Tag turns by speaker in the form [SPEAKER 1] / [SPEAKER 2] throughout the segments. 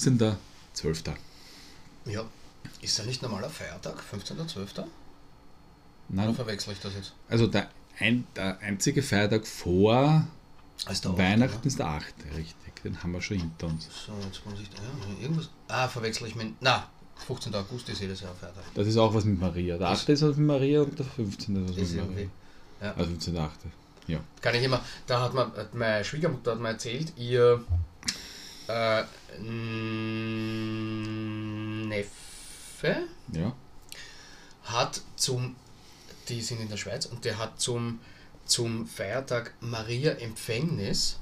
[SPEAKER 1] 15.12.
[SPEAKER 2] Ja. Ist ja nicht normaler Feiertag, 15.12.? Oder
[SPEAKER 1] Nein,
[SPEAKER 2] verwechsel ich das jetzt?
[SPEAKER 1] also der, ein, der einzige Feiertag vor
[SPEAKER 2] Als der
[SPEAKER 1] Weihnachten
[SPEAKER 2] Achte,
[SPEAKER 1] ist der 8. Richtig, den haben wir schon hinter uns.
[SPEAKER 2] ne? So, jetzt muss ich da, ja, irgendwas. Ah, verwechsel ich mit. Na, 15. August ist jedes Jahr Feiertag.
[SPEAKER 1] Das ist auch was mit Maria. Der 8. ist was mit Maria und der 15. ist was
[SPEAKER 2] Ist
[SPEAKER 1] mit
[SPEAKER 2] irgendwie.
[SPEAKER 1] Maria.
[SPEAKER 2] Ja.
[SPEAKER 1] Also 15. 8. Ja.
[SPEAKER 2] Kann ich immer. Da hat man, hat meine Schwiegermutter hat mir erzählt, ihr äh, n- Neffe
[SPEAKER 1] Ja.
[SPEAKER 2] hat zum, die sind in der Schweiz und der hat zum, zum Feiertag Maria Empfängnis,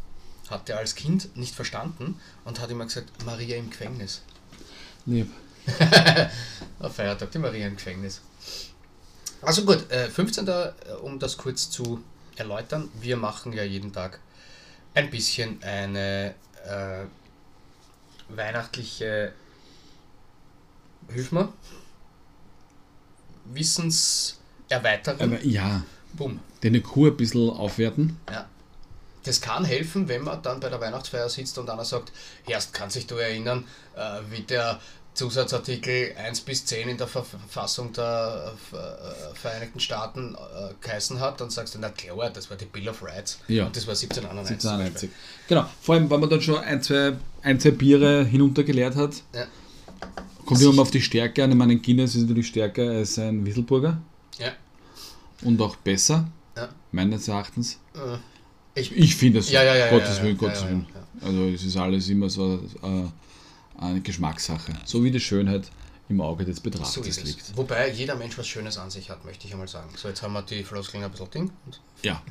[SPEAKER 2] hat der als Kind nicht verstanden und hat immer gesagt Maria im Gefängnis.
[SPEAKER 1] Lieb.
[SPEAKER 2] Ein Feiertag, die Maria im Gefängnis. Also gut, äh, 15. äh, um das kurz zu erläutern, wir machen ja jeden Tag ein bisschen eine äh, weihnachtliche Hilfmer Wissenserweiterung.
[SPEAKER 1] Aber ja,
[SPEAKER 2] Bumm.
[SPEAKER 1] den Kuh ein bisschen aufwerten.
[SPEAKER 2] Ja. Das kann helfen, wenn man dann bei der Weihnachtsfeier sitzt und einer sagt, erst kann sich du erinnern, äh, wie der Zusatzartikel 1 bis 10 in der Verfassung der äh, Vereinigten Staaten äh, geheißen hat, dann sagst du, na klar, das war die Bill of Rights
[SPEAKER 1] Ja.
[SPEAKER 2] und das war 1791.
[SPEAKER 1] 1791. Genau. Vor allem, wenn man dann schon ein, zwei, ein, zwei Biere hinuntergeleert hat,
[SPEAKER 2] Ja.
[SPEAKER 1] kommt immer auf die Stärke an. Ich meine, ein Guinness ist natürlich stärker als ein Wieselburger
[SPEAKER 2] Ja.
[SPEAKER 1] und auch besser,
[SPEAKER 2] Ja.
[SPEAKER 1] meines Erachtens.
[SPEAKER 2] Äh, ich,
[SPEAKER 1] Ich finde es,
[SPEAKER 2] Ja, ja, ja,
[SPEAKER 1] Gottes
[SPEAKER 2] ja, ja,
[SPEAKER 1] Willen,
[SPEAKER 2] ja,
[SPEAKER 1] Gottes
[SPEAKER 2] ja,
[SPEAKER 1] Willen.
[SPEAKER 2] ja,
[SPEAKER 1] Also es ist alles immer so äh, eine Geschmackssache. So wie die Schönheit im Auge des
[SPEAKER 2] so
[SPEAKER 1] Betrachters
[SPEAKER 2] ist
[SPEAKER 1] liegt.
[SPEAKER 2] es. Wobei jeder Mensch was Schönes an sich hat, möchte ich einmal sagen. So, jetzt haben wir die Floskeln ein bisschen Ding. Und
[SPEAKER 1] Ja,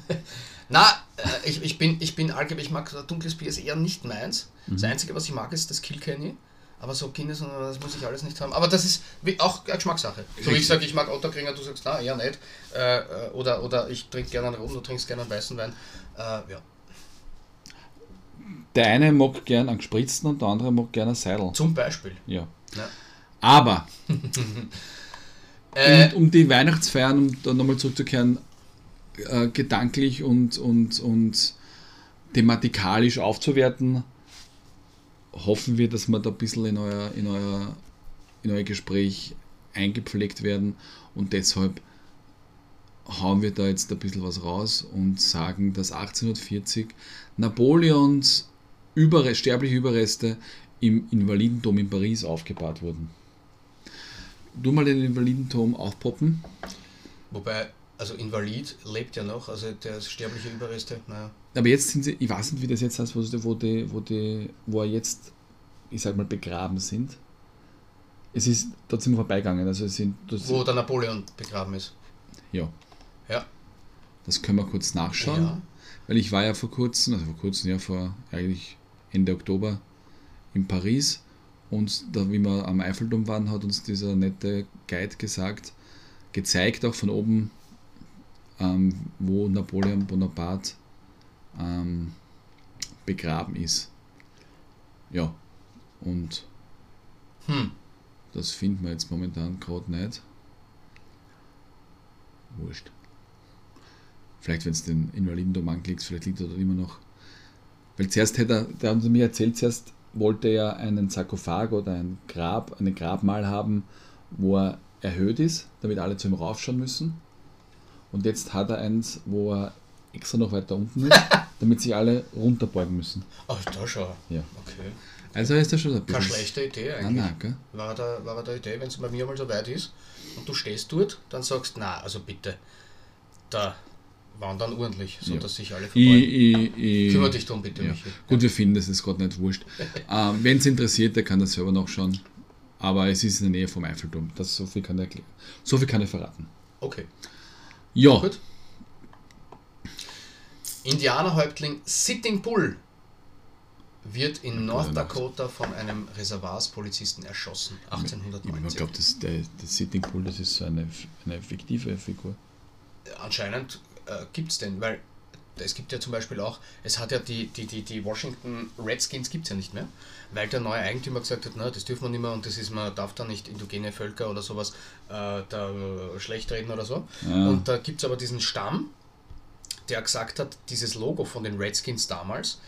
[SPEAKER 2] Na, äh, ich, ich bin, ich bin allgemein, ich mag dunkles Bier ist eher nicht meins.
[SPEAKER 1] Mhm.
[SPEAKER 2] Das Einzige, was ich mag, ist das Kilkenny. Aber so Guinness und das muss ich alles nicht haben. Aber das ist wie, auch eine Geschmackssache. So wie ich
[SPEAKER 1] Richtig.
[SPEAKER 2] sage, ich mag Otterkringer, du sagst, na, eher nicht. Äh, äh, oder, oder ich trinke gerne einen Rum, du trinkst gerne einen weißen Wein. Äh, ja.
[SPEAKER 1] der eine mag gern einen gespritzten und der andere mag gern einen Seidel.
[SPEAKER 2] Zum Beispiel. ne?
[SPEAKER 1] Ja.
[SPEAKER 2] Ja.
[SPEAKER 1] Aber,
[SPEAKER 2] Äh,
[SPEAKER 1] um, um die Weihnachtsfeiern, um da nochmal zurückzukehren, äh, gedanklich und, und, und thematikalisch aufzuwerten, hoffen wir, dass wir da ein bisschen in euer, in euer, in euer Gespräch eingepflegt werden und deshalb hauen wir da jetzt ein bisschen was raus und sagen, dass 1840 Napoleons Überre sterbliche Überreste im Invalidentum in Paris aufgebahrt wurden. Du mal den Invalidentum aufpoppen.
[SPEAKER 2] wobei, also Invalid lebt ja noch, also der sterbliche Überreste, ne? naja.
[SPEAKER 1] Aber jetzt sind sie, ich weiß nicht, wie das jetzt heißt, wo, sie- wo, die, wo, die, wo er jetzt, ich sag mal, begraben sind. Es ist dort sind wir vorbeigegangen. Also es sind, das,
[SPEAKER 2] Wo der Napoleon begraben ist.
[SPEAKER 1] ja,
[SPEAKER 2] Ja.
[SPEAKER 1] das können wir kurz nachschauen.
[SPEAKER 2] Ja.
[SPEAKER 1] Weil ich war ja vor kurzem, also vor kurzem, ja, vor eigentlich Ende Oktober in Paris und da, wie wir am Eiffelturm waren, hat uns dieser nette Guide gesagt, gezeigt auch von oben, ähm, wo Napoleon Bonaparte ähm, begraben ist. Ja, und
[SPEAKER 2] Hm.
[SPEAKER 1] das finden wir jetzt momentan gerade nicht. Wurscht. Vielleicht, wenn es den Invalidendom anklickst, vielleicht liegt er dort immer noch. Weil zuerst hätte er, da haben sie mir erzählt, zuerst wollte er einen Sarkophag oder ein Grab, eine Grabmal haben, wo er erhöht ist, damit alle zu ihm raufschauen müssen. Und jetzt hat er eins, wo er extra noch weiter unten ist, damit sich alle runterbeugen müssen.
[SPEAKER 2] Ach, da schau.
[SPEAKER 1] Ja.
[SPEAKER 2] Okay.
[SPEAKER 1] Also ist das schon so ein bisschen.
[SPEAKER 2] Keine schlechte Idee eigentlich.
[SPEAKER 1] Nein, nein, gell?
[SPEAKER 2] war da, war da Idee, wenn es bei mir mal so weit ist und du stehst dort, dann sagst na, also bitte, da wandern ordentlich, so
[SPEAKER 1] Ja.
[SPEAKER 2] dass sich alle verbeugen.
[SPEAKER 1] Ich, ich, ich,
[SPEAKER 2] Kümmere dich drum bitte,
[SPEAKER 1] Ja.
[SPEAKER 2] Michi.
[SPEAKER 1] Gut, wir finden das ist gerade nicht wurscht. ähm, Wenn es interessiert, der kann das selber nachschauen. Aber es ist in der Nähe vom Eiffelturm. Das so viel kann er erklären. So viel kann er verraten.
[SPEAKER 2] Okay,
[SPEAKER 1] Ja,
[SPEAKER 2] gut. Indianerhäuptling Sitting Bull wird in North
[SPEAKER 1] Nacht.
[SPEAKER 2] Dakota von einem Reservatspolizisten erschossen.
[SPEAKER 1] ich mein,
[SPEAKER 2] 1890.
[SPEAKER 1] ich glaube, das, der, der Sitting Bull, das ist so eine, eine fiktive Figur.
[SPEAKER 2] anscheinend äh, gibt es den, weil es gibt ja zum Beispiel auch, es hat ja die, die, die, die Washington Redskins gibt es ja nicht mehr, weil der neue Eigentümer gesagt hat, na, das dürfen wir nicht mehr und das ist, man darf da nicht indogene Völker oder sowas äh, da äh, schlecht reden oder so.
[SPEAKER 1] Ja.
[SPEAKER 2] Und da gibt es aber diesen Stamm, der gesagt hat, dieses Logo von den Redskins damals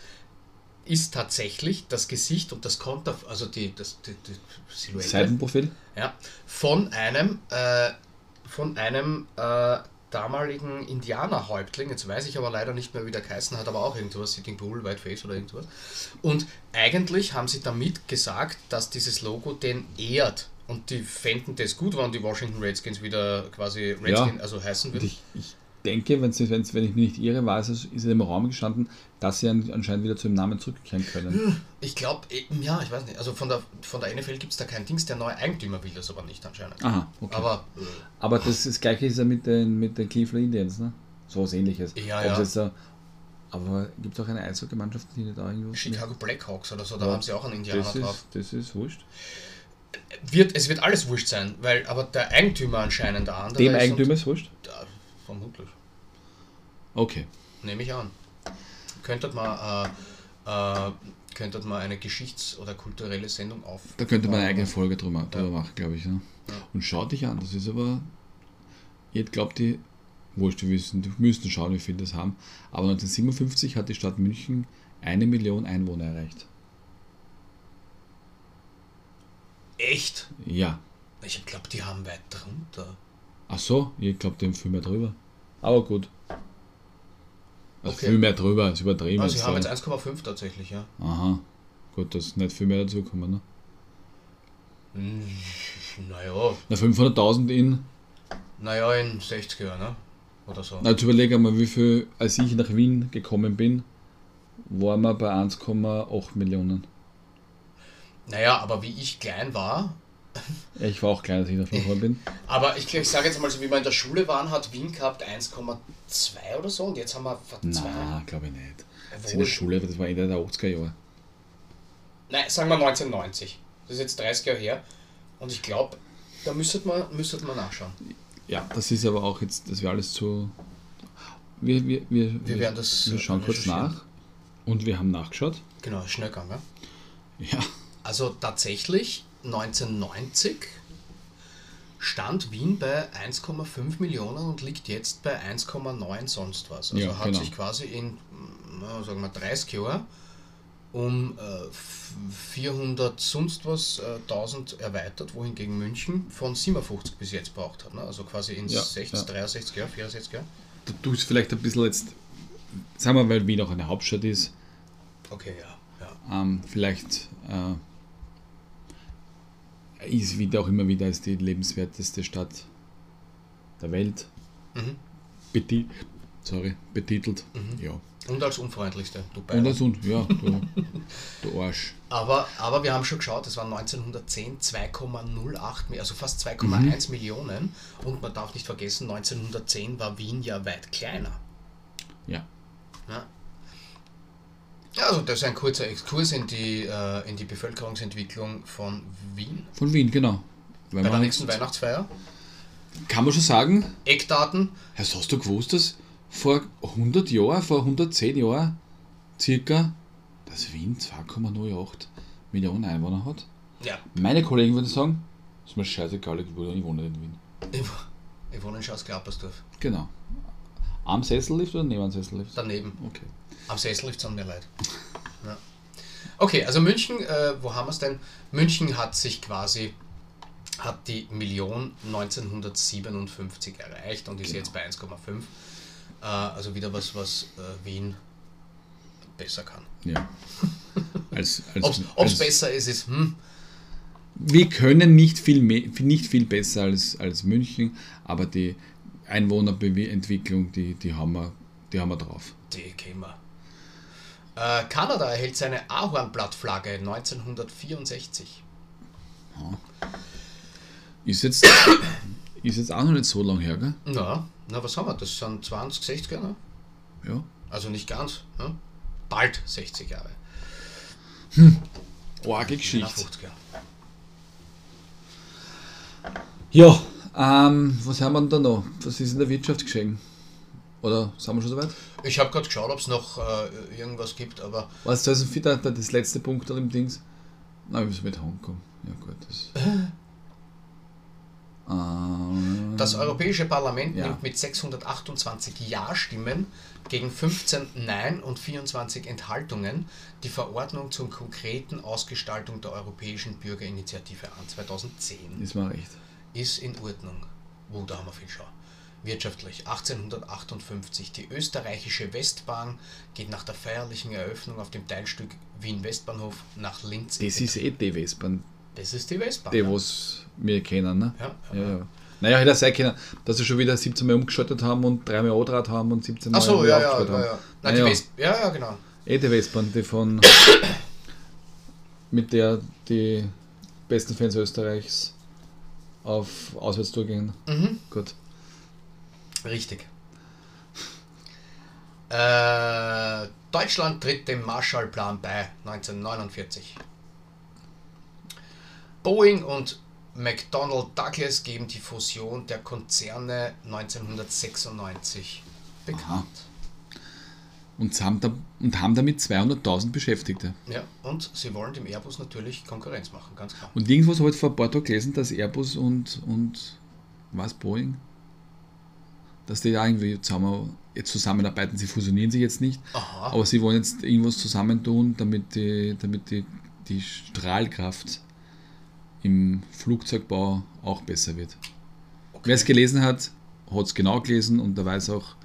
[SPEAKER 2] ist tatsächlich das Gesicht und das Konter, also die, das, die, die Silhouette
[SPEAKER 1] Seitenprofil.
[SPEAKER 2] ja, von einem, äh, von einem äh, damaligen Indianerhäuptling, jetzt weiß ich aber leider nicht mehr, wie der geheißen hat, aber auch irgendwas, Sitting Bull, Whiteface oder irgendwas. Und eigentlich haben sie damit gesagt, dass dieses Logo den ehrt. Und die fänden das gut, wenn die Washington Redskins wieder quasi Redskins, also heißen
[SPEAKER 1] Und
[SPEAKER 2] würden.
[SPEAKER 1] ich, ich denke, wenn's, wenn's, wenn ich mich nicht irre, war es, ist im Raum gestanden, dass sie an- anscheinend wieder zu dem Namen zurückkehren können.
[SPEAKER 2] Ich glaube, ja, ich weiß nicht. Also von der, von der NFL gibt es da kein Dings, der neue Eigentümer will das aber nicht anscheinend.
[SPEAKER 1] Aha, Ah, okay. Aber,
[SPEAKER 2] Aber äh,
[SPEAKER 1] das, das gleiche ist ja mit den, mit den Cleveland Indians, ne? So was ähnliches.
[SPEAKER 2] Ja,
[SPEAKER 1] Ob
[SPEAKER 2] ja.
[SPEAKER 1] es jetzt da- aber gibt es auch eine Eishockey-Mannschaft, die nicht da irgendwo
[SPEAKER 2] Chicago Blackhawks oder so, da
[SPEAKER 1] Ja.
[SPEAKER 2] haben sie auch einen Indianer
[SPEAKER 1] das
[SPEAKER 2] drauf.
[SPEAKER 1] ist, das ist wurscht.
[SPEAKER 2] Wird, es wird alles wurscht sein, weil aber der Eigentümer anscheinend der andere
[SPEAKER 1] Dem
[SPEAKER 2] ist
[SPEAKER 1] Eigentümer ist wurscht?
[SPEAKER 2] Und, ja, vermutlich.
[SPEAKER 1] Okay.
[SPEAKER 2] Nehme ich an. Könntet man, äh, äh, könntet man eine Geschichts- oder kulturelle Sendung auf.
[SPEAKER 1] Da könnte man eine eigene Folge drüber, drüber machen, glaube ich. Ne? Und schau dich an, das ist aber. Ihr glaubt, die. Wurscht, wir wissen, wir müssen schauen, wie viel das haben. Aber 1957 hat die Stadt München eine Million Einwohner erreicht.
[SPEAKER 2] Echt?
[SPEAKER 1] Ja.
[SPEAKER 2] Ich glaube, die haben weit drunter.
[SPEAKER 1] Ach so, ihr glaubt, die haben viel mehr drüber. Aber gut. Also
[SPEAKER 2] Okay.
[SPEAKER 1] Viel mehr drüber, ist übertrieben.
[SPEAKER 2] Also, sie
[SPEAKER 1] jetzt,
[SPEAKER 2] haben jetzt
[SPEAKER 1] aber-
[SPEAKER 2] 1,5 tatsächlich, ja.
[SPEAKER 1] Aha. Gut, das ist nicht viel mehr dazukommen. Ne?
[SPEAKER 2] Hm, Naja,
[SPEAKER 1] Na, 500.000 in.
[SPEAKER 2] naja, in 60er, ne? Oder so.
[SPEAKER 1] Na, Jetzt überlege mal, wie viel, als ich nach Wien gekommen bin, waren wir bei 1,8 Millionen.
[SPEAKER 2] Naja, aber wie ich klein war,
[SPEAKER 1] Ja, Ich war auch klein, als ich nach Wien gekommen bin.
[SPEAKER 2] aber ich, ich sage jetzt mal so, wie wir in der Schule waren, hat Wien gehabt 1,2 oder so und jetzt haben wir zwei.
[SPEAKER 1] Nein, glaube ich nicht. Das ist in der Schule, das war Ende der 80er Jahre.
[SPEAKER 2] Nein, sagen wir 1990. Das ist jetzt 30 Jahre her. Und ich glaube, da müsstet man, müsstet man nachschauen.
[SPEAKER 1] Ja, das ist aber auch jetzt, das wäre alles zu. Wir, wir, wir,
[SPEAKER 2] Wir werden das,
[SPEAKER 1] wir schauen
[SPEAKER 2] äh,
[SPEAKER 1] kurz
[SPEAKER 2] recherchieren.
[SPEAKER 1] nach und wir haben nachgeschaut.
[SPEAKER 2] Genau, schnell gegangen. ja.
[SPEAKER 1] Ja,
[SPEAKER 2] Also tatsächlich 1990 stand Wien bei 1,5 Millionen und liegt jetzt bei 1,9 sonst was. Also
[SPEAKER 1] Ja,
[SPEAKER 2] hat
[SPEAKER 1] genau.
[SPEAKER 2] sich quasi in na, sagen wir 30 Jahren um äh, f- 400 sonst was äh, 1000 erweitert, wohingegen München von 57 bis jetzt braucht hat. Ne? Also quasi in
[SPEAKER 1] Ja,
[SPEAKER 2] 60,
[SPEAKER 1] ja.
[SPEAKER 2] 63 Jahren, 64 Jahren.
[SPEAKER 1] du tust vielleicht ein bisschen jetzt, sagen wir, weil Wien auch eine Hauptstadt ist,
[SPEAKER 2] Okay, ja. ja.
[SPEAKER 1] ähm, vielleicht äh, ist wieder auch immer wieder als die lebenswerteste Stadt der Welt
[SPEAKER 2] Mhm.
[SPEAKER 1] beti sorry, betitelt. Ja.
[SPEAKER 2] Und als unfreundlichste, du
[SPEAKER 1] Und
[SPEAKER 2] beide.
[SPEAKER 1] das und, ja, du, du Arsch.
[SPEAKER 2] Aber, aber wir haben schon geschaut, es waren 1910 2,08, Mi- also fast 2,1
[SPEAKER 1] Mhm.
[SPEAKER 2] Millionen. Und man darf nicht vergessen, 1910 war Wien ja weit kleiner.
[SPEAKER 1] Ja.
[SPEAKER 2] Ja. Ja, Also das ist ein kurzer Exkurs in die, äh, in die Bevölkerungsentwicklung von Wien.
[SPEAKER 1] Von Wien, genau. Wenn
[SPEAKER 2] Bei der
[SPEAKER 1] man,
[SPEAKER 2] nächsten Weihnachtsfeier.
[SPEAKER 1] kann man schon sagen,
[SPEAKER 2] Eckdaten.
[SPEAKER 1] hast, hast du gewusst, dass vor 100 Jahren, vor 110 Jahren circa, dass Wien 2,08 Millionen Einwohner hat?
[SPEAKER 2] Ja,
[SPEAKER 1] Meine Kollegen würden sagen, ist mir scheißegal, ich wohne ich wohne nicht in Wien.
[SPEAKER 2] ich, ich wohne in Schaus-Klappersdorf.
[SPEAKER 1] Genau. Am Sessellift oder neben am Sessellift?
[SPEAKER 2] Daneben.
[SPEAKER 1] Okay.
[SPEAKER 2] Am Sessel liegt es mir leid. Ja. Okay, also München, äh, wo haben wir es denn? München hat sich quasi, hat die Million 1957 erreicht und ist jetzt bei 1,5. Äh, also wieder was, was äh, Wien besser kann.
[SPEAKER 1] Ja. Als, als,
[SPEAKER 2] Ob es
[SPEAKER 1] als,
[SPEAKER 2] besser ist, ist hm.
[SPEAKER 1] wir können nicht viel, mehr, nicht viel besser als, als München, aber die Einwohnerentwicklung, die, die, haben wir, die haben wir drauf.
[SPEAKER 2] Die Kämmer. Äh, Kanada erhält seine Ahornblattflagge 1964.
[SPEAKER 1] Ist jetzt, ist jetzt auch noch nicht so lang her, gell?
[SPEAKER 2] Na, na was haben wir? Das sind 20, 60 Jahre? ne?
[SPEAKER 1] Ja.
[SPEAKER 2] Also nicht ganz. Ne? Bald 60 Jahre.
[SPEAKER 1] Orge
[SPEAKER 2] Na,
[SPEAKER 1] Geschichte.
[SPEAKER 2] 50 Jahre.
[SPEAKER 1] Ja, ähm, was haben wir denn da noch? Was ist in der Wirtschaft geschehen? Oder sind wir schon soweit?
[SPEAKER 2] Ich habe gerade geschaut, ob es noch äh, irgendwas gibt, aber
[SPEAKER 1] Was das ist das, das letzte Punkt
[SPEAKER 2] Äh?
[SPEAKER 1] da im Dings? Nein, wir müssen mit Hongkong. Ja gut, das. Ähm,
[SPEAKER 2] Das Europäische Parlament
[SPEAKER 1] Ja.
[SPEAKER 2] nimmt mit 628 Ja-Stimmen gegen 15 Nein und 24 Enthaltungen die Verordnung zur konkreten Ausgestaltung der Europäischen Bürgerinitiative an 2010.
[SPEAKER 1] ist mal recht.
[SPEAKER 2] Ist in Ordnung. Wo, da haben wir viel Schau. Wirtschaftlich 1858. Die österreichische Westbahn geht nach der feierlichen Eröffnung auf dem Teilstück Wien-Westbahnhof nach Linz. in
[SPEAKER 1] Das ist eh die Westbahn,
[SPEAKER 2] Bet- das ist die Westbahn.
[SPEAKER 1] die
[SPEAKER 2] Ah, ja.
[SPEAKER 1] was wir kennen. Ne?
[SPEAKER 2] Ja,
[SPEAKER 1] Ja, ja. Naja, hätte er sein können, dass sie schon wieder 17 Mal umgeschaltet haben und 3 Mal andraht haben und 17 Mal
[SPEAKER 2] Ach so,
[SPEAKER 1] wieder
[SPEAKER 2] ja, ja,
[SPEAKER 1] aufgeschaltet
[SPEAKER 2] ja,
[SPEAKER 1] haben.
[SPEAKER 2] ja. Nein,
[SPEAKER 1] Naja.
[SPEAKER 2] die West ja, ja, genau.
[SPEAKER 1] Eh die Westbahn, die von. mit der die besten Fans Österreichs auf Auswärtstour gehen.
[SPEAKER 2] Mhm.
[SPEAKER 1] Gut.
[SPEAKER 2] Richtig. Äh, Deutschland tritt dem Marshallplan bei 1949. Boeing und McDonnell Douglas geben die Fusion der Konzerne 1996 bekannt.
[SPEAKER 1] Und haben, da, und haben damit 200.000 Beschäftigte.
[SPEAKER 2] Ja, und sie wollen dem Airbus natürlich Konkurrenz machen, ganz klar.
[SPEAKER 1] Und irgendwas habe ich vor ein paar Tagen gelesen, dass Airbus und, und was, Boeing, dass die da irgendwie zusammen, jetzt zusammenarbeiten. Sie fusionieren sich jetzt nicht,
[SPEAKER 2] Aha,
[SPEAKER 1] aber sie wollen jetzt irgendwas zusammentun, damit die, damit die, die Strahlkraft im Flugzeugbau auch besser wird. Wer es gelesen hat, hat es genau gelesen und der weiß auch,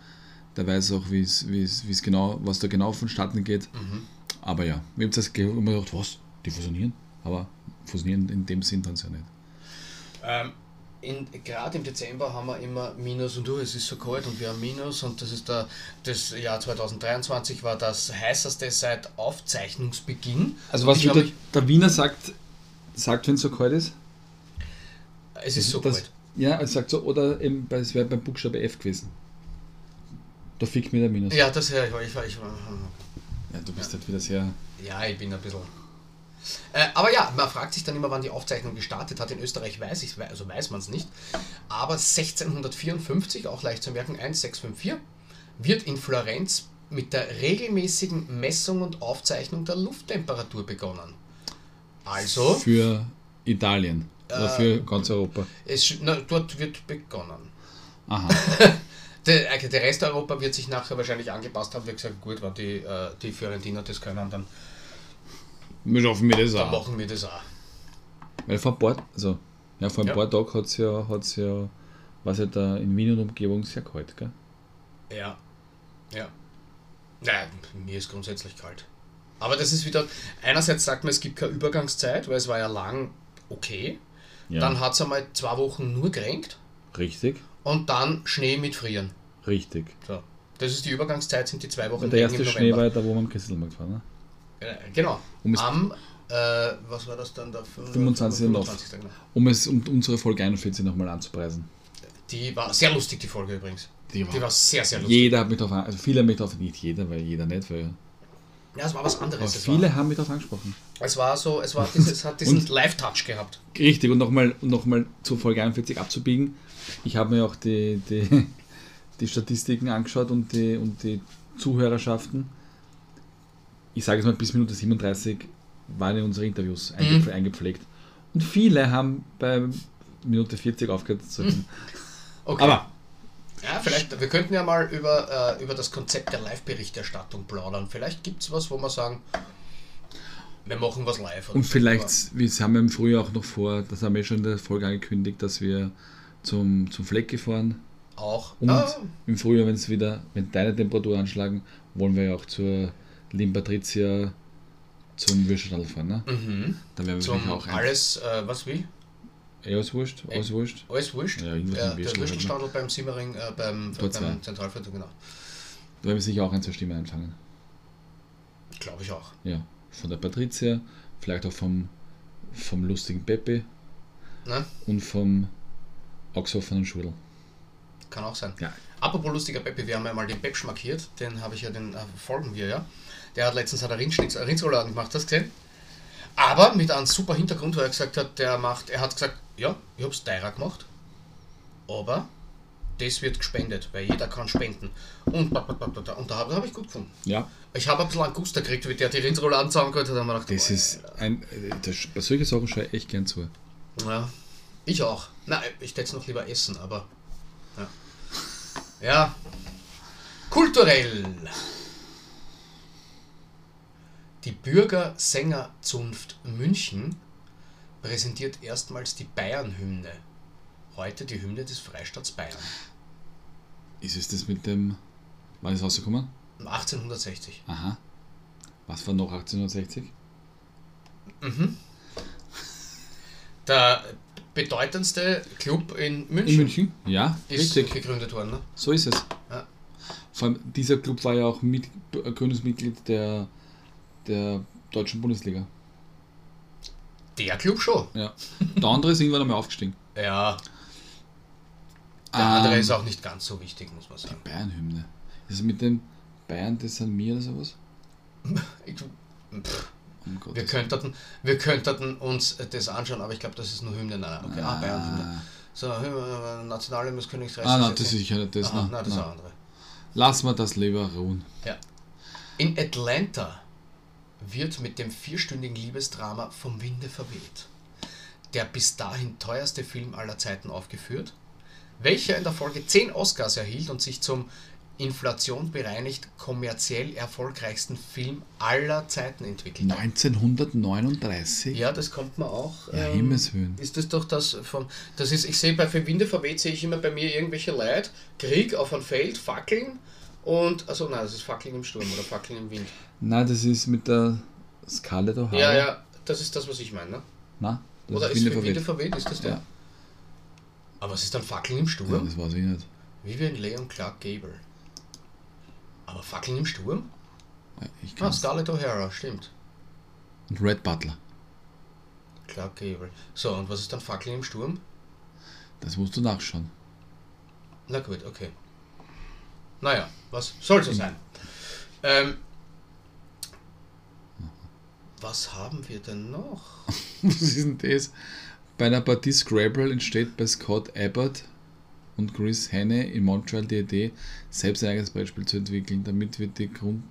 [SPEAKER 1] der weiß auch, wie es wie es- wie es genau, was da genau vonstatten geht.
[SPEAKER 2] Mhm.
[SPEAKER 1] Aber ja, wir haben das ge- immer gedacht, was? Die fusionieren? Aber fusionieren in dem Sinn dann ja nicht.
[SPEAKER 2] Ähm, in- Gerade im Dezember haben wir immer Minus und oh, es ist so kalt und wir haben Minus und das ist der, das Jahr 2023 war das heißeste seit Aufzeichnungsbeginn.
[SPEAKER 1] Also
[SPEAKER 2] was
[SPEAKER 1] was
[SPEAKER 2] Ich
[SPEAKER 1] der,
[SPEAKER 2] wieder- glaub,
[SPEAKER 1] Wiener sagt, sagt, wenn es so kalt ist?
[SPEAKER 2] Es
[SPEAKER 1] Mhm,
[SPEAKER 2] ist so kalt.
[SPEAKER 1] Also Ja, er sagt so, oder eben, es wäre beim Buchstabe F gewesen. Da fickt mir der Minus.
[SPEAKER 2] Ja, das ja, ich, war- ich, war- ich, war-
[SPEAKER 1] Ja, du bist halt wieder sehr...
[SPEAKER 2] ja, ich bin ein bisschen. Äh, aber ja, man fragt sich dann immer, wann die Aufzeichnung gestartet hat. In Österreich weiß ich also weiß man es nicht. Aber 1654, auch leicht zu merken, 1654, wird in Florenz mit der regelmäßigen Messung und Aufzeichnung der Lufttemperatur begonnen. Also,
[SPEAKER 1] Für Italien. oder
[SPEAKER 2] Äh,
[SPEAKER 1] für ganz Europa.
[SPEAKER 2] es, sch- na, dort wird begonnen.
[SPEAKER 1] Aha.
[SPEAKER 2] Der, äh, der Rest Europa wird sich nachher wahrscheinlich angepasst haben. Wir gesagt, gut, wenn die, äh, die Fiorentiner das können, dann,
[SPEAKER 1] Wir schaffen wir das
[SPEAKER 2] dann
[SPEAKER 1] auch.
[SPEAKER 2] machen wir das auch.
[SPEAKER 1] Weil vor ein paar, also, ja, vor ein
[SPEAKER 2] Ja.
[SPEAKER 1] paar Tagen hat es ja, hat's ja, was ja da in Wien und Umgebung sehr kalt, gell?
[SPEAKER 2] Ja. Ja. Naja, mir ist grundsätzlich kalt. Aber das ist wieder, einerseits sagt man, es gibt keine Übergangszeit, weil es war ja lang okay.
[SPEAKER 1] Ja.
[SPEAKER 2] Dann hat es einmal zwei Wochen nur gerenkt
[SPEAKER 1] richtig,
[SPEAKER 2] und dann Schnee mit Frieren.
[SPEAKER 1] richtig.
[SPEAKER 2] So. Das ist die Übergangszeit, sind die zwei Wochen
[SPEAKER 1] Und der
[SPEAKER 2] Regen
[SPEAKER 1] erste Schnee war ja da, wo wir am Kesselmarkt waren, ne?
[SPEAKER 2] Äh, Genau.
[SPEAKER 1] Um es-
[SPEAKER 2] Am, äh, was war das dann? Der
[SPEAKER 1] 25. noch.
[SPEAKER 2] 25. Genau.
[SPEAKER 1] Um es um unsere Folge 41 nochmal anzupreisen.
[SPEAKER 2] Die war sehr lustig, die Folge übrigens. Die war sehr, sehr lustig.
[SPEAKER 1] jeder hat mich darauf also viele haben mich darauf, nicht jeder, weil jeder nicht, weil
[SPEAKER 2] Ja, es war was
[SPEAKER 1] aber
[SPEAKER 2] anderes. Es war,
[SPEAKER 1] viele haben mich darauf angesprochen.
[SPEAKER 2] es war so, es, war dieses, es hat diesen Live-Touch gehabt.
[SPEAKER 1] Richtig, und nochmal noch mal zur Folge 41 abzubiegen. Ich habe mir auch die, die, die Statistiken angeschaut und die, und die Zuhörerschaften. Ich sage es mal, bis Minute 37 waren in unsere Interviews einge- eingepflegt. Und viele haben bei Minute 40 aufgehört zu reden.
[SPEAKER 2] Okay.
[SPEAKER 1] Aber
[SPEAKER 2] Ja, vielleicht, wir könnten ja mal über, äh, über das Konzept der Live-Berichterstattung plaudern. Vielleicht gibt es was, wo wir sagen, wir machen was live.
[SPEAKER 1] Und vielleicht, wir haben ja im Frühjahr auch noch vor, das haben wir schon in der Folge angekündigt, dass wir zum, zum Fleck gefahren.
[SPEAKER 2] Auch.
[SPEAKER 1] Und
[SPEAKER 2] ah,
[SPEAKER 1] im Frühjahr, wenn es wieder, wenn deine Temperaturen anschlagen, wollen wir ja auch zur lieben Patricia zum Würststall fahren. Ne?
[SPEAKER 2] mhm.
[SPEAKER 1] Da werden wir
[SPEAKER 2] Zum
[SPEAKER 1] sicher auch ein.
[SPEAKER 2] alles, äh, was wie?
[SPEAKER 1] Eh, Alles wurscht, alles wurscht.
[SPEAKER 2] Alles wurscht.
[SPEAKER 1] Ja, irgendwas
[SPEAKER 2] äh,
[SPEAKER 1] im
[SPEAKER 2] der
[SPEAKER 1] Würstel
[SPEAKER 2] Würstelstadel beim Simmering, äh, beim,
[SPEAKER 1] Dort
[SPEAKER 2] beim
[SPEAKER 1] zwei.
[SPEAKER 2] Zentralviertel, genau.
[SPEAKER 1] Da werden wir sicher auch ein, zwei Stimmen einfangen.
[SPEAKER 2] Glaube ich auch.
[SPEAKER 1] Ja, von der Patricia, vielleicht auch vom, vom lustigen Pepe
[SPEAKER 2] Ne?
[SPEAKER 1] und vom Ochshoffenen Schudel.
[SPEAKER 2] Kann auch sein.
[SPEAKER 1] Ja.
[SPEAKER 2] Apropos lustiger Peppi, wir haben ja mal den Pepsch markiert, den habe ich ja, den äh, folgen wir ja. Der hat letztens einen Rindschnitz- Rindsrouladen gemacht, hast du gesehen? Aber mit einem super Hintergrund, weil er gesagt hat, der macht, er hat gesagt, ja, ich habe es teurer gemacht, aber das wird gespendet, weil jeder kann spenden. Und, ba, ba, ba, ba, da. und da habe hab ich gut gefunden.
[SPEAKER 1] Ja,
[SPEAKER 2] Ich habe ein bisschen einen Guss da gekriegt, wie der die Rindsrouladen zusammengehört hat, haben wir gedacht,
[SPEAKER 1] das
[SPEAKER 2] boah,
[SPEAKER 1] ist ein. Das, bei solchen Sachen schaue ich echt gern zu.
[SPEAKER 2] ja, ich auch. Na, ich hätte es noch lieber essen, aber. Ja. ja. Kulturell. Die Bürgersängerzunft München präsentiert erstmals die Bayern-Hymne. Heute die Hymne des Freistaats Bayern.
[SPEAKER 1] Ist es das mit dem. Wann ist rausgekommen?
[SPEAKER 2] 1860.
[SPEAKER 1] Aha. Was war noch 1860?
[SPEAKER 2] Mhm. Der bedeutendste Club in München,
[SPEAKER 1] In München? Ja,
[SPEAKER 2] ist
[SPEAKER 1] richtig.
[SPEAKER 2] gegründet worden. Ne?
[SPEAKER 1] So ist es.
[SPEAKER 2] Ja.
[SPEAKER 1] Vor allem dieser Club war ja auch mit, äh, Gründungsmitglied der, der deutschen Bundesliga.
[SPEAKER 2] Der Club schon.
[SPEAKER 1] Ja. Der andere ist irgendwann einmal aufgestiegen.
[SPEAKER 2] Ja, der andere
[SPEAKER 1] Ähm,
[SPEAKER 2] ist auch nicht ganz so wichtig, muss man sagen.
[SPEAKER 1] Bayern-Hymne. Ist es mit dem Bayern des an mir oder sowas?
[SPEAKER 2] Ich,
[SPEAKER 1] Um Gottes
[SPEAKER 2] wir, könnten, wir könnten uns das anschauen, aber ich glaube, das ist nur Hymne. Nein, nein, okay. Ah, Bayern.
[SPEAKER 1] Ah,
[SPEAKER 2] So, Hymne, äh, Nationale des Königreichs.
[SPEAKER 1] ah nein,
[SPEAKER 2] jetzt
[SPEAKER 1] das ist
[SPEAKER 2] nicht-
[SPEAKER 1] sicher nicht das.
[SPEAKER 2] Aha,
[SPEAKER 1] nein,
[SPEAKER 2] nein, das ist
[SPEAKER 1] nein.
[SPEAKER 2] eine andere.
[SPEAKER 1] Lass mal das lieber ruhen.
[SPEAKER 2] In Atlanta wird mit dem vierstündigen Liebesdrama Vom Winde verweht der bis dahin teuerste Film aller Zeiten aufgeführt, welcher in der Folge 10 Oscars erhielt und sich zum Inflation bereinigt kommerziell erfolgreichsten Film aller Zeiten entwickelt.
[SPEAKER 1] 1939?
[SPEAKER 2] Genau. Ja, das kommt man auch.
[SPEAKER 1] Ja,
[SPEAKER 2] ähm,
[SPEAKER 1] Himmelshöhen.
[SPEAKER 2] Ist das doch das von. Das ist, ich sehe bei Vom Winde verweht, sehe ich immer bei mir irgendwelche Leid, Krieg auf ein Feld, Fackeln und. Also nein, das ist Fackeln im Sturm oder Fackeln im Wind.
[SPEAKER 1] Nein, das ist mit der Scarlett O'Hara.
[SPEAKER 2] Ja, ja, das ist das, was ich meine. Ne?
[SPEAKER 1] Na, das
[SPEAKER 2] Oder
[SPEAKER 1] ist
[SPEAKER 2] ist
[SPEAKER 1] Winde
[SPEAKER 2] für Winde
[SPEAKER 1] verweht.
[SPEAKER 2] verweht, ist das der?
[SPEAKER 1] Ja.
[SPEAKER 2] Aber es ist dann Fackeln im
[SPEAKER 1] Ja,
[SPEAKER 2] Sturm?
[SPEAKER 1] das weiß ich nicht.
[SPEAKER 2] Vivian Leon Clark Gable. Aber Fackeln im Sturm?
[SPEAKER 1] Ich
[SPEAKER 2] Ah,
[SPEAKER 1] kann's.
[SPEAKER 2] Scarlett O'Hara, stimmt.
[SPEAKER 1] Und Red Butler.
[SPEAKER 2] Clark Gable. So, und was ist dann Fackeln im Sturm?
[SPEAKER 1] Das musst du nachschauen.
[SPEAKER 2] Na gut, okay. Naja, was soll so sein. Ähm, was haben wir denn noch?
[SPEAKER 1] Was ist denn das? Bei einer Partie Scrabble entsteht bei Scott Abbott und Chris Henne in Montreal die Idee, selbst ein eigenes Brettspiel zu entwickeln. Damit wird die, Grund,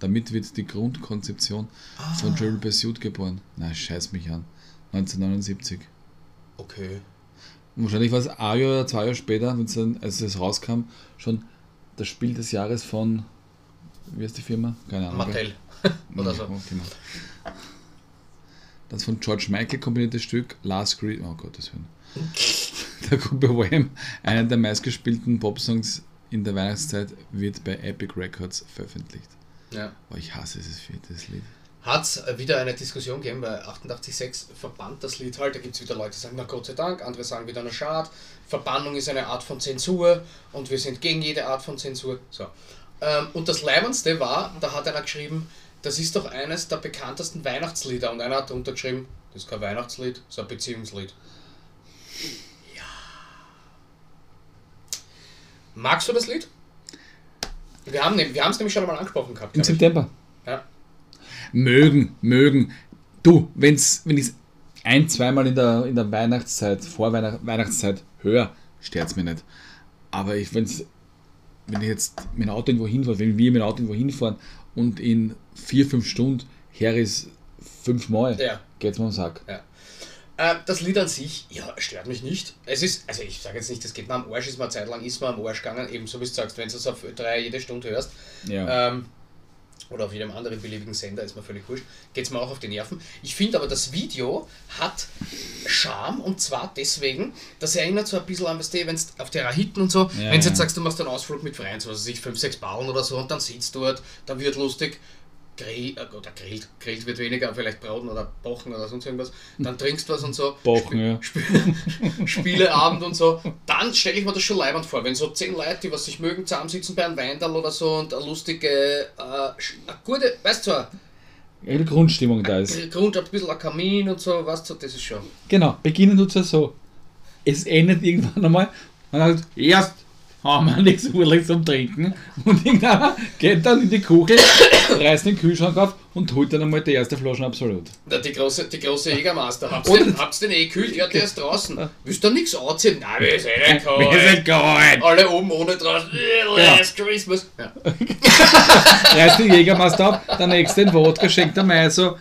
[SPEAKER 1] damit wird die Grundkonzeption von Trivial Pursuit geboren. Na, scheiß mich an. 1979.
[SPEAKER 2] Okay.
[SPEAKER 1] Und wahrscheinlich war es ein Jahr oder zwei Jahre später, wenn's dann, als es rauskam, schon das Spiel des Jahres von, wie heißt die Firma? Keine Ahnung. gell?
[SPEAKER 2] Mattel. Oder so.
[SPEAKER 1] Ja, genau. Das von George Michael komponierte Stück Last Creed, oh Gottes Willen, der Gruppe Wham, einer der meistgespielten Popsongs in der Weihnachtszeit, wird bei Epic Records veröffentlicht.
[SPEAKER 2] Ja.
[SPEAKER 1] Oh, ich hasse dieses vierte Lied.
[SPEAKER 2] hat es wieder eine Diskussion gegeben, weil 88.6 verbannt das Lied halt. Da gibt es wieder Leute, die sagen, na Gott sei Dank, andere sagen wieder, na schad. Verbannung ist eine Art von Zensur und wir sind gegen jede Art von Zensur. So. Ähm, und das Leibendste war, da hat einer geschrieben, das ist doch eines der bekanntesten Weihnachtslieder. Und einer hat darunter geschrieben, das ist kein Weihnachtslied, das ist ein Beziehungslied. Ja. Magst du das Lied? Wir haben es nämlich schon einmal angesprochen gehabt.
[SPEAKER 1] Im
[SPEAKER 2] glaub ich.
[SPEAKER 1] September.
[SPEAKER 2] Ja.
[SPEAKER 1] Mögen, mögen. Du, wenn's, wenn ich es ein, zweimal in der, in der Weihnachtszeit, vor Weihnacht, Weihnachtszeit höre, stört's mir nicht. Aber ich, wenn's, wenn ich jetzt mit dem Auto irgendwo hinfahre, wenn wir mit dem Auto irgendwo hinfahren und in vier, fünf Stunden her ist fünfmal,
[SPEAKER 2] Ja.
[SPEAKER 1] geht's mir am Sack.
[SPEAKER 2] Äh, das Lied an sich, ja, stört mich nicht. Es ist, also ich sage jetzt nicht, das geht mir am Arsch, ist mir eine Zeit lang, ist mir am Arsch gegangen, ebenso wie du sagst, wenn du es auf drei jede Stunde hörst,
[SPEAKER 1] Ja.
[SPEAKER 2] ähm, oder auf jedem anderen beliebigen Sender, ist mir völlig wurscht, geht es mir auch auf die Nerven. Ich finde aber, das Video hat Charme und zwar deswegen, das erinnert so ein bisschen an, weißt du, wenn auf der Rahiten und so,
[SPEAKER 1] Ja,
[SPEAKER 2] wenn du
[SPEAKER 1] ja.
[SPEAKER 2] jetzt sagst, du machst einen Ausflug mit Freien, so was weiß ich, fünf, sechs Ballen oder so und dann sitzt du dort, dann wird lustig, grill, äh, oder grillt, grillt wird weniger, vielleicht Braten oder Bochen oder sonst irgendwas, dann trinkst was und so.
[SPEAKER 1] Bochen, ja.
[SPEAKER 2] Spiel- Spieleabend und so, dann stelle ich mir das schon leibend vor, wenn so zehn Leute, die was sich mögen, zusammensitzen bei einem Weindal oder so und eine lustige, äh, sch- eine gute, weißt du, so
[SPEAKER 1] Eine Grundstimmung da ist.
[SPEAKER 2] ein Grund, ein bisschen ein Kamin und so, weißt du, das ist schon.
[SPEAKER 1] Genau, beginnen tut es ja so. Es endet irgendwann einmal. Man sagt, erst haben wir nichts Urlaubs zum Trinken. Und irgendeiner geht dann in die Kugel, reißt den Kühlschrank auf und holt dann einmal die erste Flasche Absolut.
[SPEAKER 2] Na, die große, die große Jägermeister, habt ihr den, habt's den eh gekühlt? Ja, der ist draußen. Willst du nichts anziehen? Nein, wir sind eh nicht kalt.
[SPEAKER 1] geholt!
[SPEAKER 2] Alle oben ohne draußen. Äh, Last Christmas. Ja.
[SPEAKER 1] Reißt den Jägermeister ab, der nächste den Wodka, schenkt einmal so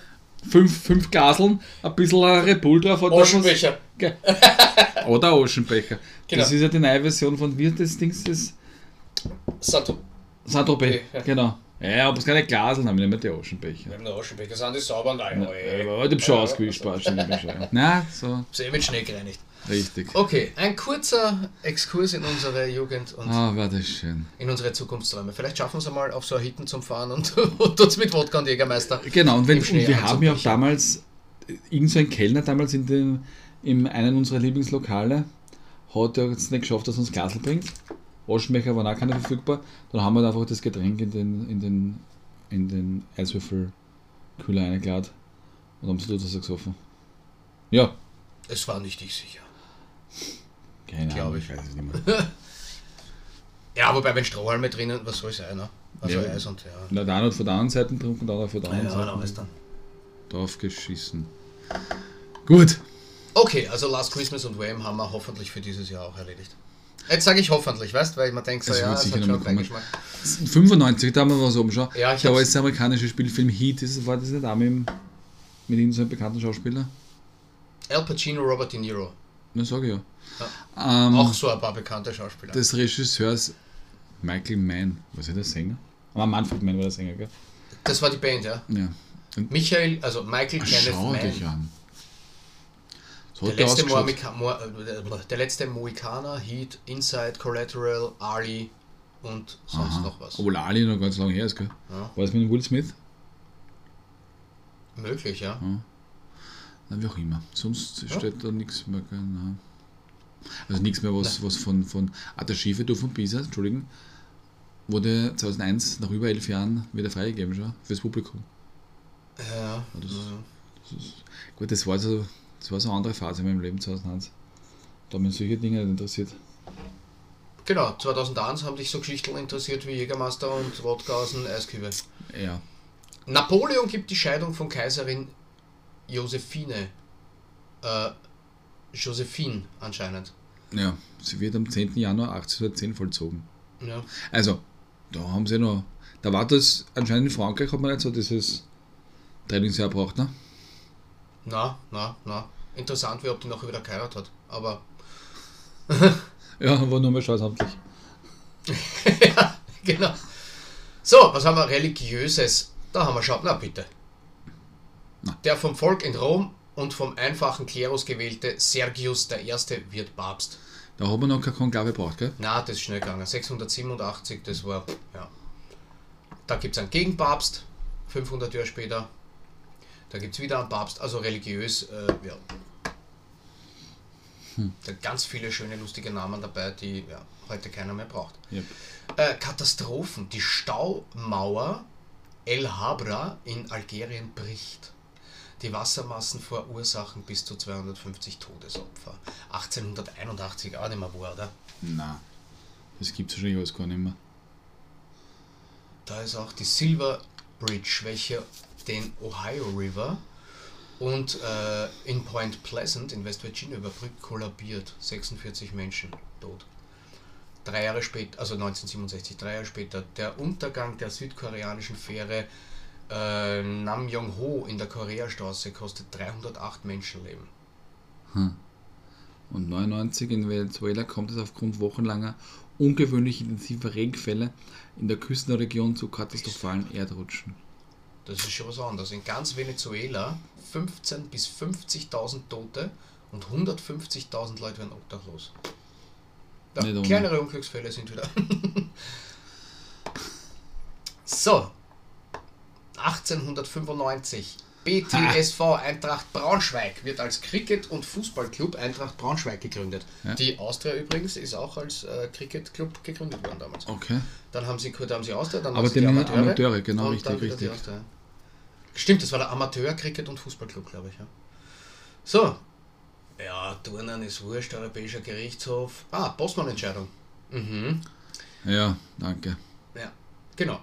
[SPEAKER 1] fünf, fünf Glaseln, ein bisschen ein Repuldorf oder
[SPEAKER 2] Oschenbecher.
[SPEAKER 1] Ge- Oder Oschenbecher.
[SPEAKER 2] Genau.
[SPEAKER 1] Das ist ja die neue Version von wie das Ding ist.
[SPEAKER 2] Santo.
[SPEAKER 1] Saint-Tropez,
[SPEAKER 2] Ja.
[SPEAKER 1] genau. Ja, aber es keine Glaseln haben, nicht mehr die Oschenbecher.
[SPEAKER 2] Wir haben den Oschenbecher, sind die sauber und
[SPEAKER 1] Ja,
[SPEAKER 2] alle.
[SPEAKER 1] Äh, aber ich hab schon ausgewischt, war schon Na, so,
[SPEAKER 2] Sehr mit Schnee gereinigt.
[SPEAKER 1] richtig.
[SPEAKER 2] Okay, ein kurzer Exkurs in unsere Jugend und
[SPEAKER 1] Ah, war das schön.
[SPEAKER 2] in unsere Zukunftsträume. Vielleicht schaffen wir es einmal auf so einen Hitten zum Fahren und, und uns mit Wodka und Jägermeister.
[SPEAKER 1] Genau, und, wenn,
[SPEAKER 2] Im
[SPEAKER 1] und
[SPEAKER 2] Schnee
[SPEAKER 1] wir haben ja auch
[SPEAKER 2] anzubrechen.
[SPEAKER 1] damals, äh, irgend so ein Kellner damals in, den, in einem unserer Lieblingslokale, hat ja jetzt nicht geschafft, dass er uns Glasl bringt. Oschenbecher waren auch keine verfügbar. Dann haben wir da einfach das Getränk in den, in den, in den Eiswürfelkühler eingeladen und haben so das gesoffen. Ja,
[SPEAKER 2] Es war nicht ich sicher.
[SPEAKER 1] keine
[SPEAKER 2] Glaub
[SPEAKER 1] Ahnung,
[SPEAKER 2] ich.
[SPEAKER 1] weiß es nicht mehr.
[SPEAKER 2] Ja, wobei, wenn Strohhalme drinnen, was soll sein, ne? Also
[SPEAKER 1] Ja.
[SPEAKER 2] Eis und ja.
[SPEAKER 1] Na, der eine hat von der anderen Seite getrunken, und der andere von der
[SPEAKER 2] Ja,
[SPEAKER 1] anderen
[SPEAKER 2] ja,
[SPEAKER 1] Seite.
[SPEAKER 2] alles dann.
[SPEAKER 1] drauf geschissen. Gut.
[SPEAKER 2] Okay, also Last Christmas und Wham haben wir hoffentlich für dieses Jahr auch erledigt. Jetzt sage ich hoffentlich, weißt weil ich mir denke, so,
[SPEAKER 1] Es
[SPEAKER 2] ja,
[SPEAKER 1] wird
[SPEAKER 2] es
[SPEAKER 1] sicher
[SPEAKER 2] hat
[SPEAKER 1] noch mal
[SPEAKER 2] schon
[SPEAKER 1] kommen.
[SPEAKER 2] Beigeschmack.
[SPEAKER 1] 95, da haben wir was oben schon.
[SPEAKER 2] Ja, ich
[SPEAKER 1] der
[SPEAKER 2] hab's-
[SPEAKER 1] US-amerikanische Spielfilm Heat, ist, war das nicht auch mit, dem- mit ihm so einem bekannten Schauspieler?
[SPEAKER 2] Al Pacino, Robert De Niro.
[SPEAKER 1] Na, sag ich ja. Ähm,
[SPEAKER 2] Auch so ein paar bekannte Schauspieler.
[SPEAKER 1] Des Regisseurs Michael Mann. Was ist der Sänger? Aber Manfred Mann war der Sänger, gell?
[SPEAKER 2] Das war die Band, ja.
[SPEAKER 1] Ja.
[SPEAKER 2] Michael, also Michael
[SPEAKER 1] Ah,
[SPEAKER 2] Kenneth
[SPEAKER 1] Schau dich
[SPEAKER 2] Mann.
[SPEAKER 1] an. So
[SPEAKER 2] Der
[SPEAKER 1] hat der
[SPEAKER 2] letzte,
[SPEAKER 1] ausgeschaut.
[SPEAKER 2] Mohamika- Mo äh, der letzte Mohikaner, Heat, Inside, Collateral, Ali und sonst
[SPEAKER 1] Aha. Oh.
[SPEAKER 2] noch was.
[SPEAKER 1] Obwohl Ali noch ganz lange her ist, gell?
[SPEAKER 2] Ja.
[SPEAKER 1] War es mit dem Will Smith?
[SPEAKER 2] Möglich, ja.
[SPEAKER 1] Na, wie auch immer. Sonst steht da nichts mehr. gell, na. Also nichts mehr, was, was von, von ah, der Schiefe du von Pisa, Entschuldigung, wurde 2001 nach über elf Jahren wieder freigegeben schon fürs Publikum.
[SPEAKER 2] ja.
[SPEAKER 1] das- Gut, das war so, das war so eine andere Phase in meinem Leben 2001. Da haben mich solche Dinge nicht interessiert.
[SPEAKER 2] Genau, 2001 haben dich so Geschichten interessiert wie Jägermeister und Wodka aus dem Eiskübel.
[SPEAKER 1] Ja.
[SPEAKER 2] Napoleon gibt die Scheidung von Kaiserin Josephine. Äh, Josephine anscheinend.
[SPEAKER 1] Ja. Sie wird am 10. Januar 1810 vollzogen.
[SPEAKER 2] Ja.
[SPEAKER 1] Also, da haben sie noch. Da war das, anscheinend in Frankreich hat man nicht so dieses Trainingsjahr braucht, ne?
[SPEAKER 2] Na, na, na. Interessant wäre, ob die noch wieder geheiratet hat. Aber
[SPEAKER 1] Ja, war nur mal scherzamtlich.
[SPEAKER 2] ja, genau. So, was haben wir religiöses? Da haben wir schon. Na bitte.
[SPEAKER 1] Na.
[SPEAKER 2] Der vom Volk in Rom und vom einfachen Klerus gewählte Sergius I. wird Papst.
[SPEAKER 1] Da haben wir noch keine Konklave braucht, gell?
[SPEAKER 2] Na, das ist schnell gegangen. 687, das war, ja. Da gibt es einen Gegenpapst, 500 Jahre später. Da gibt es wieder einen Papst, also religiös, äh, ja. Da ganz viele schöne, lustige Namen dabei, die ja, heute keiner mehr braucht.
[SPEAKER 1] Yep.
[SPEAKER 2] Äh, Katastrophen. Die Staumauer El Habra in Algerien bricht. Die Wassermassen verursachen bis zu 250 Todesopfer. 1881, auch nicht mehr wahr, oder?
[SPEAKER 1] Na, das gibt es wahrscheinlich alles gar nicht mehr.
[SPEAKER 2] Da ist auch die Silver Bridge, welche den Ohio River und äh, in Point Pleasant in West Virginia überbrückt, kollabiert. 46 Menschen tot. Drei Jahre später, also 1967, drei Jahre später, der Untergang der südkoreanischen Fähre äh, Namyong-ho in der Koreastraße kostet 308 Menschenleben.
[SPEAKER 1] Und 99 in Venezuela kommt es aufgrund wochenlanger, ungewöhnlich intensiver Regenfälle in der Küstenregion zu katastrophalen Erdrutschen.
[SPEAKER 2] Das ist schon was anderes. In ganz Venezuela 15 bis 50.000 Tote und 150.000 Leute werden obdachlos. Ja,
[SPEAKER 1] Nicht ohne.
[SPEAKER 2] kleinere Unglücksfälle sind wieder. so. 1895. BTSV Eintracht Braunschweig wird als Cricket- und Fußballclub Eintracht Braunschweig gegründet.
[SPEAKER 1] Ja.
[SPEAKER 2] Die Austria übrigens ist auch als äh, Cricket-Club gegründet worden damals.
[SPEAKER 1] Okay.
[SPEAKER 2] Dann haben sie, kurz- haben sie Austria, dann
[SPEAKER 1] Aber
[SPEAKER 2] haben sie
[SPEAKER 1] die haben Amateure, genau, richtig,
[SPEAKER 2] dann wieder die
[SPEAKER 1] richtig.
[SPEAKER 2] Austria. Stimmt, das war der Amateur-Cricket- und Fußballclub, glaube ich. Ja. So. Ja, Turnen ist wurscht, Europäischer Gerichtshof. Ah, Bosman-Entscheidung. Mhm.
[SPEAKER 1] Ja, danke.
[SPEAKER 2] Ja, genau.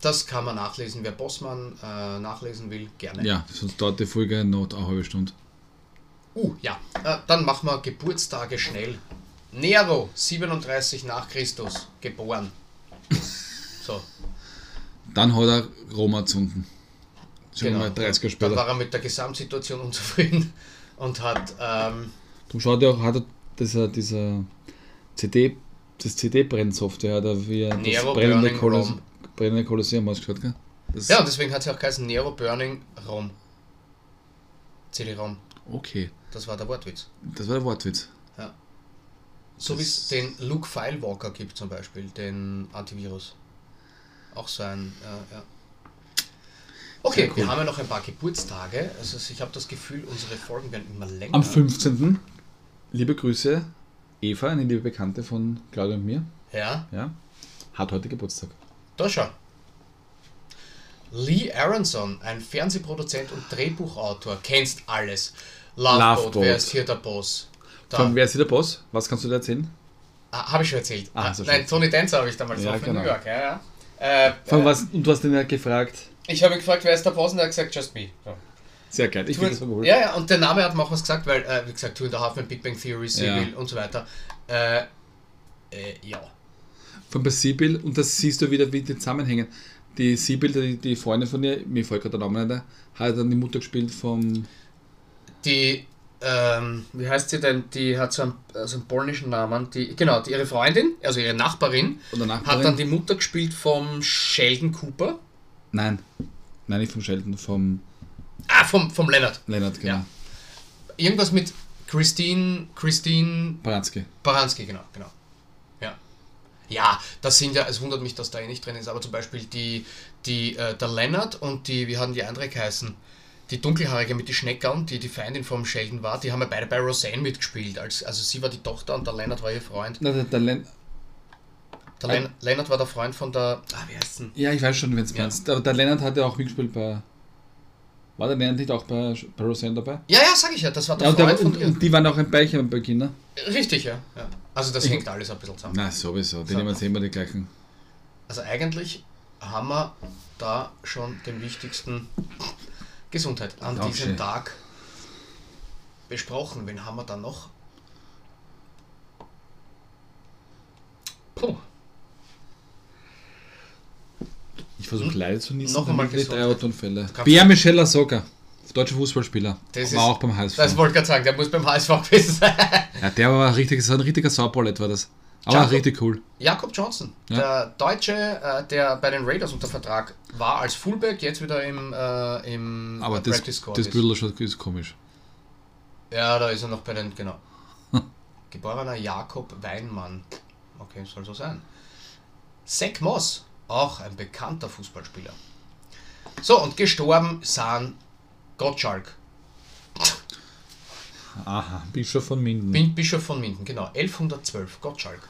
[SPEAKER 2] Das kann man nachlesen. Wer Bossmann äh, nachlesen will, gerne.
[SPEAKER 1] Ja, sonst dauert die Folge noch eine halbe Stunde.
[SPEAKER 2] Uh, ja. Äh, dann machen wir Geburtstage schnell. Nero, 37 nach Christus, geboren. So.
[SPEAKER 1] Dann hat er Roma gefunden. sagen wir mal 30 Jahre
[SPEAKER 2] Genau. Dann war
[SPEAKER 1] später.
[SPEAKER 2] er mit der Gesamtsituation unzufrieden und hat, ähm,
[SPEAKER 1] Du schaut ja auch, hat er dieser, dieser CD, das CD-Brennsoftware, da wie er das
[SPEAKER 2] Nero
[SPEAKER 1] brennende,
[SPEAKER 2] Burning
[SPEAKER 1] Kolos,
[SPEAKER 2] Rome.
[SPEAKER 1] brennende Kolosseum ausgeschaut, gell? Das-
[SPEAKER 2] ja, und deswegen hat sie auch geheißen Nero Burning Rom. CD-ROM.
[SPEAKER 1] Okay,
[SPEAKER 2] Das war der Wortwitz.
[SPEAKER 1] das war der Wortwitz.
[SPEAKER 2] So wie
[SPEAKER 1] Das-
[SPEAKER 2] es den Luke Filewalker gibt zum Beispiel, den Antivirus. Auch so ein, äh, ja. Okay,
[SPEAKER 1] Sehr cool.
[SPEAKER 2] wir haben ja noch ein paar Geburtstage. Also ich habe das Gefühl, unsere Folgen werden immer länger.
[SPEAKER 1] Am 15. Liebe Grüße, Eva, eine liebe Bekannte von Claudia und mir,
[SPEAKER 2] Ja,
[SPEAKER 1] ja, hat heute Geburtstag.
[SPEAKER 2] da schau. Lee Aronson, ein Fernsehproduzent und Drehbuchautor, kennst alles. Love,
[SPEAKER 1] Love
[SPEAKER 2] Boat,
[SPEAKER 1] Boat.
[SPEAKER 2] wer ist hier der Boss? Da.
[SPEAKER 1] Von wer ist hier der Boss? Was kannst du da erzählen?
[SPEAKER 2] Ah, habe ich schon erzählt.
[SPEAKER 1] Ah,
[SPEAKER 2] Ah,
[SPEAKER 1] so
[SPEAKER 2] Nein,
[SPEAKER 1] schon.
[SPEAKER 2] Tony Dancer habe ich damals
[SPEAKER 1] Ja,
[SPEAKER 2] drauf in
[SPEAKER 1] genau.
[SPEAKER 2] New York. Ja, ja. Äh,
[SPEAKER 1] Von
[SPEAKER 2] äh,
[SPEAKER 1] was, und du hast den ja gefragt.
[SPEAKER 2] ich habe ihn gefragt, wer ist der Boss und er hat gesagt, just me. So.
[SPEAKER 1] Sehr geil, ich
[SPEAKER 2] Two
[SPEAKER 1] finde
[SPEAKER 2] and,
[SPEAKER 1] das voll cool.
[SPEAKER 2] ja, ja, und der Name hat mir auch was gesagt, weil, äh, wie gesagt, Two and a Half Men, Big Bang Theory, Serial
[SPEAKER 1] Ja.
[SPEAKER 2] und so weiter. Äh, äh, ja.
[SPEAKER 1] Von bei Sibyl, und das siehst du wieder, wie die zusammenhängen. Die Sibyl, die, die Freundin von ihr, mir folgt gerade der Name nicht, hat dann die Mutter gespielt vom.
[SPEAKER 2] Die, ähm, wie heißt sie denn? Die hat so einen, äh, so einen polnischen Namen. Die, genau, die, ihre Freundin, also ihre Nachbarin,
[SPEAKER 1] Oder Nachbarin.
[SPEAKER 2] hat dann die Mutter gespielt vom Sheldon Cooper.
[SPEAKER 1] Nein, nein, nicht vom Sheldon, vom
[SPEAKER 2] Ah, vom, vom Leonard.
[SPEAKER 1] Leonard, genau.
[SPEAKER 2] Ja. Irgendwas mit Christine, Christine
[SPEAKER 1] Baranski.
[SPEAKER 2] Baranski, genau, genau. Ja. Ja, das sind ja, es wundert mich, dass da eh nicht drin ist, aber zum Beispiel die, die, äh, der Lennart und die, wie haben die andere geheißen? Die dunkelhaarige mit die Schneckern, die die Feindin vom Sheldon war, die haben ja beide bei Roseanne mitgespielt. Als, also sie war die Tochter und der Lennart war ihr Freund.
[SPEAKER 1] Na, der, der Len
[SPEAKER 2] Der Len Lennart war der Freund von der, ah, wie heißt denn?
[SPEAKER 1] ja, ich weiß schon, wenn es
[SPEAKER 2] Ja.
[SPEAKER 1] meinst. Aber der Leonard hat ja auch mitgespielt bei. War der Leonard nicht auch bei, bei Roseanne dabei?
[SPEAKER 2] Ja, ja, sag ich ja, das war der
[SPEAKER 1] Ja, und,
[SPEAKER 2] Freund
[SPEAKER 1] der,
[SPEAKER 2] von
[SPEAKER 1] und,
[SPEAKER 2] ihr.
[SPEAKER 1] und die waren auch ein Beichen bei Kinder.
[SPEAKER 2] Richtig, ja. ja. Also das hängt alles ein bisschen zusammen.
[SPEAKER 1] Na, sowieso, die
[SPEAKER 2] So.
[SPEAKER 1] nehmen sehen wir die gleichen.
[SPEAKER 2] Also eigentlich haben wir da schon den wichtigsten Gesundheit an
[SPEAKER 1] Dankeschön.
[SPEAKER 2] diesem Tag besprochen. Wen haben wir dann noch? Puh,
[SPEAKER 1] Ich versuche leider zu niesen.
[SPEAKER 2] Noch einmal
[SPEAKER 1] damit die drei
[SPEAKER 2] Gesundheit.
[SPEAKER 1] Autounfälle.
[SPEAKER 2] Kannst-
[SPEAKER 1] Hm? Pierre Michel Asoka, deutscher Fußballspieler.
[SPEAKER 2] Das
[SPEAKER 1] war
[SPEAKER 2] ist-
[SPEAKER 1] auch beim HSV.
[SPEAKER 2] das wollte ich gerade sagen, der muss beim HSV gewesen sein.
[SPEAKER 1] Ja, der war ein richtiger, so ein richtiger Saubolet war das. Aber
[SPEAKER 2] Jakob.
[SPEAKER 1] richtig cool.
[SPEAKER 2] Jakob Johnson,
[SPEAKER 1] Ja.
[SPEAKER 2] der Deutsche, äh, der bei den Raiders unter Vertrag war als Fullback, jetzt wieder im, äh, im
[SPEAKER 1] Aber das,
[SPEAKER 2] Practice Squad
[SPEAKER 1] das
[SPEAKER 2] ist.
[SPEAKER 1] Büdel schon ist komisch.
[SPEAKER 2] Ja, da ist er noch bei den, genau. Geborener Jakob Weinmann. Okay, soll so sein. Zack Moss, auch ein bekannter Fußballspieler. So, und gestorben sind Gottschalk,
[SPEAKER 1] Aha, Bischof von Minden.
[SPEAKER 2] Bin- Bischof von Minden, genau, 1112, Gottschalk.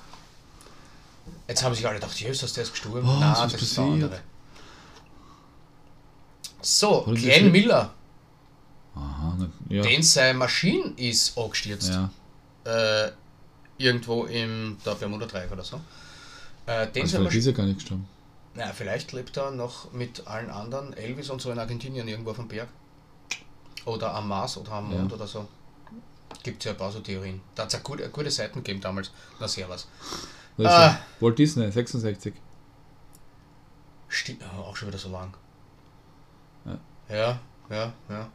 [SPEAKER 2] Jetzt haben sich alle gedacht, Jesus, der ist gestorben.
[SPEAKER 1] Was,
[SPEAKER 2] Nein,
[SPEAKER 1] was
[SPEAKER 2] das ist der
[SPEAKER 1] passiert?
[SPEAKER 2] andere. So,
[SPEAKER 1] Oder die
[SPEAKER 2] Glenn
[SPEAKER 1] Fl-
[SPEAKER 2] Miller,
[SPEAKER 1] Aha, ne, ja.
[SPEAKER 2] den seine Maschine ist angestürzt.
[SPEAKER 1] ja. also
[SPEAKER 2] äh, irgendwo im der Bermuda Dreieck oder so. Äh, den
[SPEAKER 1] Also
[SPEAKER 2] sind wir
[SPEAKER 1] vielleicht
[SPEAKER 2] sch-
[SPEAKER 1] ist er gar nicht gestorben.
[SPEAKER 2] naja, vielleicht lebt er noch mit allen anderen, Elvis und so in Argentinien irgendwo auf dem Berg. Oder am Mars oder am
[SPEAKER 1] Ja.
[SPEAKER 2] Mond oder so. Gibt es ja ein paar so Theorien. Da hat es gute, gute Seiten gegeben damals. Na, sehr was.
[SPEAKER 1] Da ist
[SPEAKER 2] Ah.
[SPEAKER 1] er. Walt Disney, 66.
[SPEAKER 2] Stimmt, oh, auch schon wieder so lang.
[SPEAKER 1] Ja.
[SPEAKER 2] Ja, ja, ja.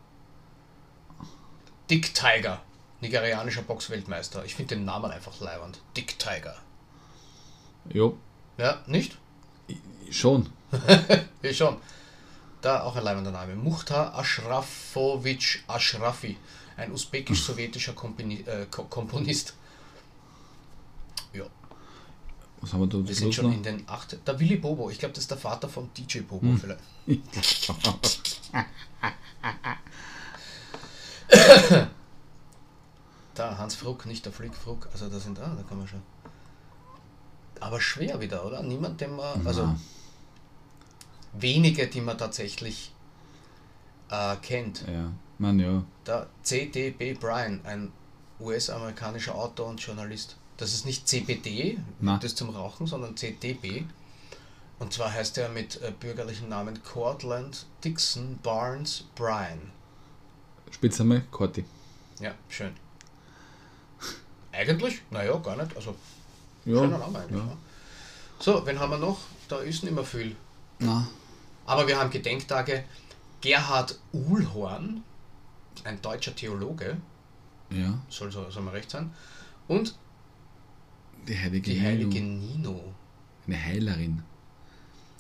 [SPEAKER 2] Dick Tiger, nigerianischer Boxweltmeister. Ich finde den Namen einfach leiwand. Dick Tiger.
[SPEAKER 1] Jo,
[SPEAKER 2] Ja, nicht?
[SPEAKER 1] schon.
[SPEAKER 2] Ich schon. Da auch ein leibender Name. Muhtar Ashrafowitsch Ashrafi. Ein usbekisch-sowjetischer Komponi- äh, Ko- Komponist. Ja,
[SPEAKER 1] Was haben wir da
[SPEAKER 2] wir
[SPEAKER 1] zum
[SPEAKER 2] sind
[SPEAKER 1] Schluss
[SPEAKER 2] schon in
[SPEAKER 1] noch?
[SPEAKER 2] den acht. Der Willy Bobo, ich glaube, das ist der Vater von DJ Bobo vielleicht. Da, Hans Fruck, nicht der Flick Fruck. Also da sind, ah, da kann man schon. Aber schwer wieder, oder? Niemand, den man, also
[SPEAKER 1] Na,
[SPEAKER 2] wenige, die man tatsächlich äh, kennt.
[SPEAKER 1] ja, Mann, ja.
[SPEAKER 2] Der C.D.B. Bryan, ein US-amerikanischer Autor und Journalist. Das ist nicht CBD,
[SPEAKER 1] Na.
[SPEAKER 2] das zum Rauchen, sondern C.D.B. Und zwar heißt er mit äh, bürgerlichen Namen Cortland Dixon Barnes Bryan.
[SPEAKER 1] Spitzname Corti.
[SPEAKER 2] Ja, schön. Eigentlich? Naja, gar nicht. Also,
[SPEAKER 1] Ja,
[SPEAKER 2] schöner Name eigentlich.
[SPEAKER 1] ja.
[SPEAKER 2] ne? So, wen haben wir noch? Da ist nicht mehr viel.
[SPEAKER 1] Na,
[SPEAKER 2] Aber wir haben Gedenktage. Gerhard Uhlhorn, ein deutscher Theologe,
[SPEAKER 1] Ja,
[SPEAKER 2] soll, soll, soll mal recht sein, und
[SPEAKER 1] die heilige,
[SPEAKER 2] die
[SPEAKER 1] Nino,
[SPEAKER 2] heilige Nino.
[SPEAKER 1] Eine Heilerin.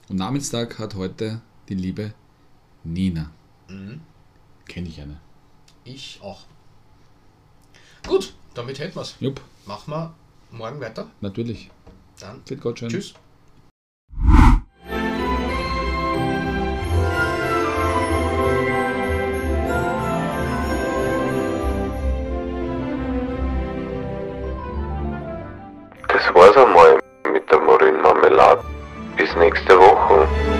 [SPEAKER 1] Und Namenstag hat heute die liebe Nina.
[SPEAKER 2] Mhm.
[SPEAKER 1] Kenne ich eine.
[SPEAKER 2] Ich auch. Gut, damit hätten wir es.
[SPEAKER 1] Jupp,
[SPEAKER 2] Machen wir morgen weiter.
[SPEAKER 1] natürlich.
[SPEAKER 2] Dann
[SPEAKER 1] Fit Gott schön.
[SPEAKER 2] tschüss.
[SPEAKER 3] Das war's einmal mit der Marin Marmelade. Bis nächste Woche.